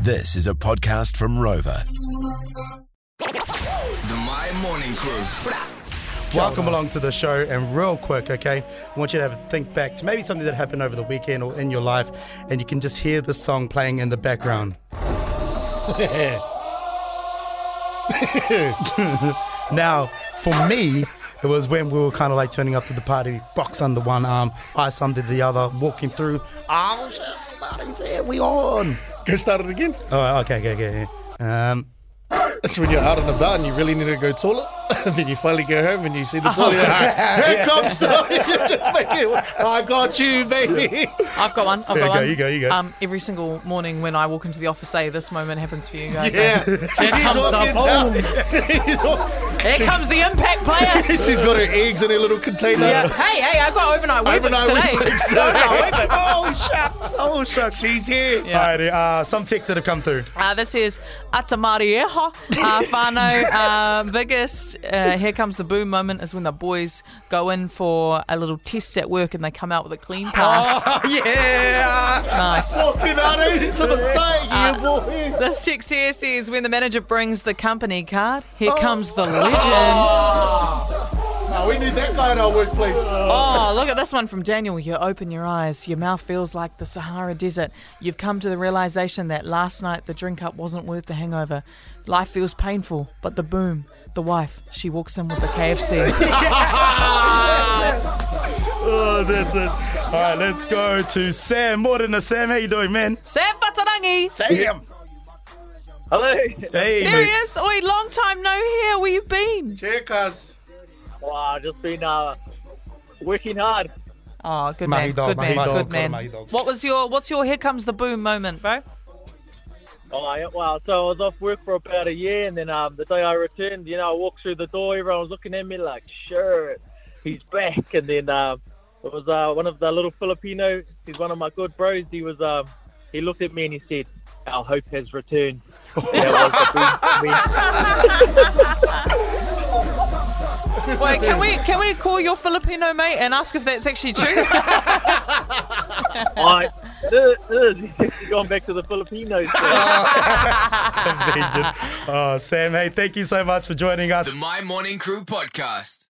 This is a podcast from Rover. The My Morning Crew. Welcome along to the show, and real quick, okay? I want you to have a think back to maybe something that happened over the weekend or in your life, and you can just hear this song playing in the background. now, for me, it was when we were kind of like turning up to the party, box under one arm, ice under the other, walking through. Oh shit, the party's here, we on. Go start it again. Oh, okay, okay, okay. yeah. Um, That's when you're out and about and you really need to go toilet. then you finally go home and you see the toilet. Here comes the. you just make it, I got you, baby. I've got one. I've There you got go, one. you go, you go. Um, every single morning when I walk into the office, say this moment happens for you guys. Yeah. eh? Here comes the boom. Here comes the impact player. She's got her eggs in her little container. Yeah. Hey, hey, I've got overnight Weetabix Overnight today. Weetabix. Overnight Weetabix. oh, shucks. She's here. Yeah. Alrighty, uh, some texts that have come through. Uh, this is Atamariejo uh, Whānau. Uh, biggest uh, Here Comes the Boom moment is when the boys go in for a little test at work and they come out with a clean pass. Oh, yeah. Nice. Fucking out into the side, yeah, boy. This text here says when the manager brings the company card, here Oh. comes the legend. Nah, we need that guy in our workplace. Oh, look at this one from Daniel. You open your eyes, your mouth feels like the Sahara Desert. You've come to the realization that last night the drink up wasn't worth the hangover. Life feels painful, but the boom, the wife, she walks in with the KFC. Oh, that's it. All right, let's go to Sam. Morning, to Sam. How you doing, man? Sam Fatarangi! Sam. Hello. Hey, There he mate. is. Oi, long time no here. Where you been? Here, cuz. Wow, just been uh, working hard. Oh, good Mahi man. dog, good man. mahi dog, good man. mahi dog. What was your what's your here comes the boom moment, bro? Oh, yeah, wow. So I was off work for about a year, and then um, the day I returned, you know, I walked through the door, everyone was looking at me like, sure, he's back. And then um, it was uh, one of the little Filipino, he's one of my good bros. He was, um, he looked at me and he said, our hope has returned. That was the best moment. Wait, can we can we call your Filipino mate and ask if that's actually true? I, this, this, he's actually gone back to the Filipinos. so- Convenient. Oh, Sam. Hey, thank you so much for joining us. The My Morning Crew podcast.